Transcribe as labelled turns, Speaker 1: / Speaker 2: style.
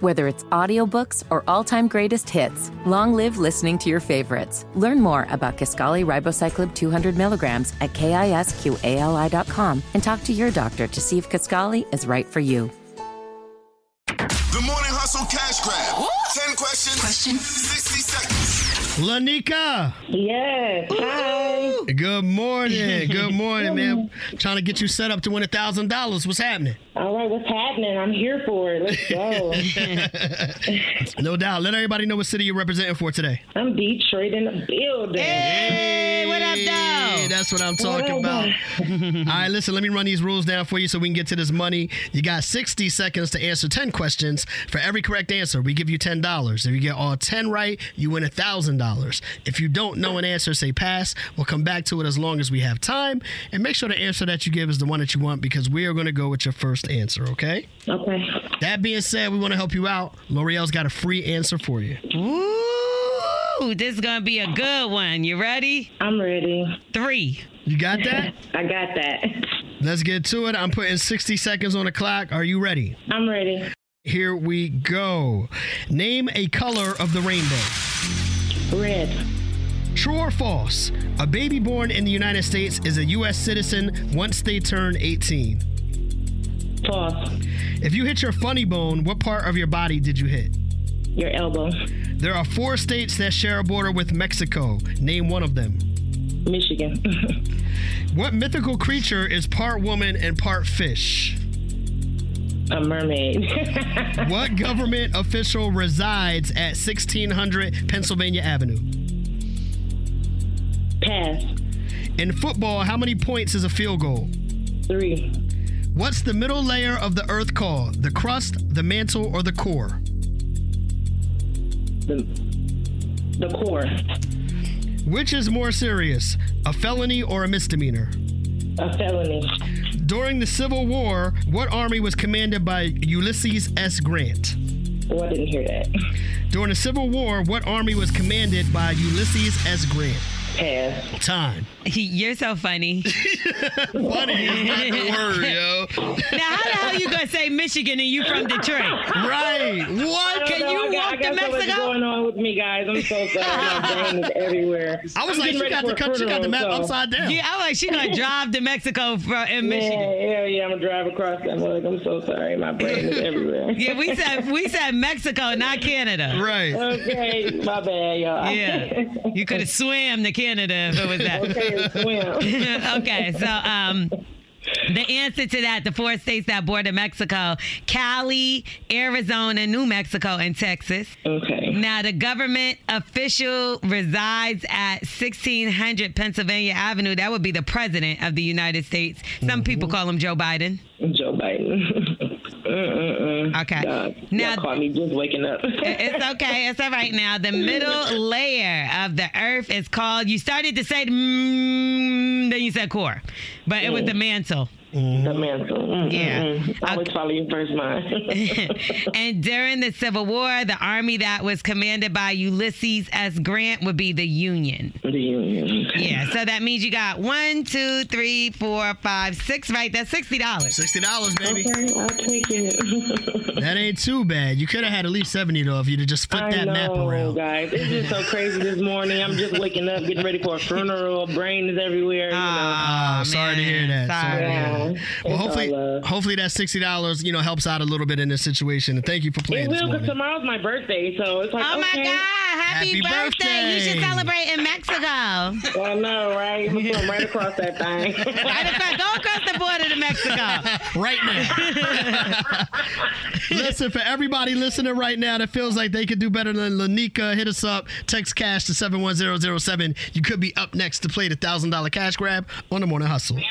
Speaker 1: Whether it's audiobooks or all-time greatest hits, long live listening to your favorites. Learn more about Kaskali Ribocyclib 200 milligrams at kisqali.com and talk to your doctor to see if Kaskali is right for you.
Speaker 2: The Morning Hustle Cash Grab. 10 questions, 60 seconds.
Speaker 3: Lanika,
Speaker 4: Yes. Hi.
Speaker 3: good morning. Good morning, man. Trying to get you set up to win a thousand dollars. What's happening?
Speaker 4: All right, what's happening? I'm here for it. Let's go.
Speaker 3: No doubt. Let everybody know what city you're representing for today.
Speaker 4: I'm Detroit in the building.
Speaker 5: Hey, what up,
Speaker 3: Hey,
Speaker 5: though?
Speaker 3: that's what I'm talking about. All right, listen, let me run these rules down for you so we can get to this money. You got 60 seconds to answer 10 questions. For every correct answer, we give you $10. If you get all 10 right, you win $1,000. If you don't know an answer, say pass. We'll come back to it as long as we have time. And make sure the answer that you give is the one that you want because we are going to go with your first answer, okay?
Speaker 4: Okay.
Speaker 3: That being said, we want to help you out. L'Oreal's got a free answer for you.
Speaker 5: Ooh, this is gonna be a good one. You ready?
Speaker 4: I'm ready.
Speaker 5: Three.
Speaker 3: You got that?
Speaker 4: I got that.
Speaker 3: Let's get to it. I'm putting 60 seconds on the clock. Are you ready?
Speaker 4: I'm ready.
Speaker 3: Here we go. Name a color of the rainbow.
Speaker 4: Red.
Speaker 3: True or false? A baby born in the United States is a U.S. citizen once they turn 18.
Speaker 4: False.
Speaker 3: If you hit your funny bone, what part of your body did you hit?
Speaker 4: Your elbow.
Speaker 3: There are four states that share a border with Mexico. Name one of them.
Speaker 4: Michigan.
Speaker 3: What mythical creature is part woman and part fish?
Speaker 4: A mermaid.
Speaker 3: What government official resides at 1600 Pennsylvania Avenue?
Speaker 4: Pass.
Speaker 3: In football, how many points is a field goal?
Speaker 4: Three.
Speaker 3: What's the middle layer of the earth called? The crust, the mantle, or the core?
Speaker 4: The the core.
Speaker 3: Which is more serious, a felony or a misdemeanor?
Speaker 4: A felony.
Speaker 3: During the Civil War, what army was commanded by Ulysses S. Grant?
Speaker 4: Oh, I didn't hear that.
Speaker 3: During the Civil War, what army was commanded by Ulysses S. Grant?
Speaker 4: Pass.
Speaker 3: Time.
Speaker 5: You're so funny.
Speaker 3: Funny is not the word, yo.
Speaker 5: now, how the hell you gonna say Michigan and you from Detroit?
Speaker 3: Right. What?
Speaker 5: Can
Speaker 4: I don't know.
Speaker 5: you
Speaker 4: I got,
Speaker 5: walk
Speaker 4: I got
Speaker 5: to
Speaker 4: so much
Speaker 5: Mexico?
Speaker 4: going on with me, guys. I'm so sorry. My brain is everywhere.
Speaker 3: I was
Speaker 4: I'm
Speaker 3: like,
Speaker 4: getting
Speaker 3: she
Speaker 4: ready
Speaker 3: got
Speaker 4: for
Speaker 3: the
Speaker 4: a
Speaker 3: country, she got the
Speaker 4: funeral,
Speaker 3: map
Speaker 4: so-
Speaker 3: upside down.
Speaker 5: Yeah, I like she gonna drive to Mexico from in Michigan.
Speaker 4: Yeah, hell yeah, I'm gonna drive across that mug. I'm so sorry, my brain is everywhere.
Speaker 5: Yeah, we said we said Mexico, not Canada.
Speaker 3: Right.
Speaker 4: Uh, Okay, my bad, y'all.
Speaker 5: Yeah, you could have swam to Canada if it was that.
Speaker 4: okay, swim.
Speaker 5: okay, so um, the answer to that, the four states that border Mexico, Cali, Arizona, New Mexico, and Texas.
Speaker 4: Okay,
Speaker 5: Now, the government official resides at 1600 Pennsylvania Avenue. That would be the president of the United States. Some people call him Joe Biden.
Speaker 4: Joe Biden. Mm-mm-mm.
Speaker 5: Okay.
Speaker 4: now,
Speaker 5: Now-
Speaker 4: y'all caught me just waking up.
Speaker 5: It's okay. It's all right now. The middle layer of the earth is called, you started to say, mm, then you said core, but it was the mantle.
Speaker 4: the mantle. Mm,
Speaker 5: Yeah.
Speaker 4: mm, mm. I always follow your first mind.
Speaker 5: and during the Civil War, the army that was commanded by Ulysses S. Grant would be the Union.
Speaker 4: the union.
Speaker 5: Yeah, so that means you got one, two, three, four, five, six, right? That's sixty dollars.
Speaker 3: $60, baby.
Speaker 4: Okay, I'll take it.
Speaker 3: That ain't too bad. You could have had at least 70 though if you'd have just flipped
Speaker 4: I
Speaker 3: that
Speaker 4: know,
Speaker 3: map around.
Speaker 4: guys. It's just so crazy this morning. I'm just waking up, getting ready for a funeral. Brain is everywhere. You
Speaker 5: Ah,
Speaker 4: know.
Speaker 3: Oh, sorry to hear that. Sorry.
Speaker 5: Sorry.
Speaker 4: Yeah.
Speaker 3: Well,
Speaker 4: It's all uh,
Speaker 3: hopefully,
Speaker 4: love.
Speaker 3: hopefully that sixty dollars, you know, helps out a little bit in this situation. And thank you for
Speaker 4: It
Speaker 3: playing this
Speaker 4: will because
Speaker 3: morning.
Speaker 4: tomorrow's my birthday, so it's like
Speaker 5: Oh my
Speaker 4: okay.
Speaker 5: God! Happy,
Speaker 3: Happy
Speaker 5: birthday. You should
Speaker 3: birthday.
Speaker 5: celebrate in Mexico.
Speaker 4: I know, right? I'm gonna put 'em right across that thing.
Speaker 5: right across, go across the border to Mexico.
Speaker 3: Right now. Listen, for everybody listening right now that feels like they could do better than Lanika, hit us up. Text cash to 71007. You could be up next to play the $1,000 cash grab on the morning hustle.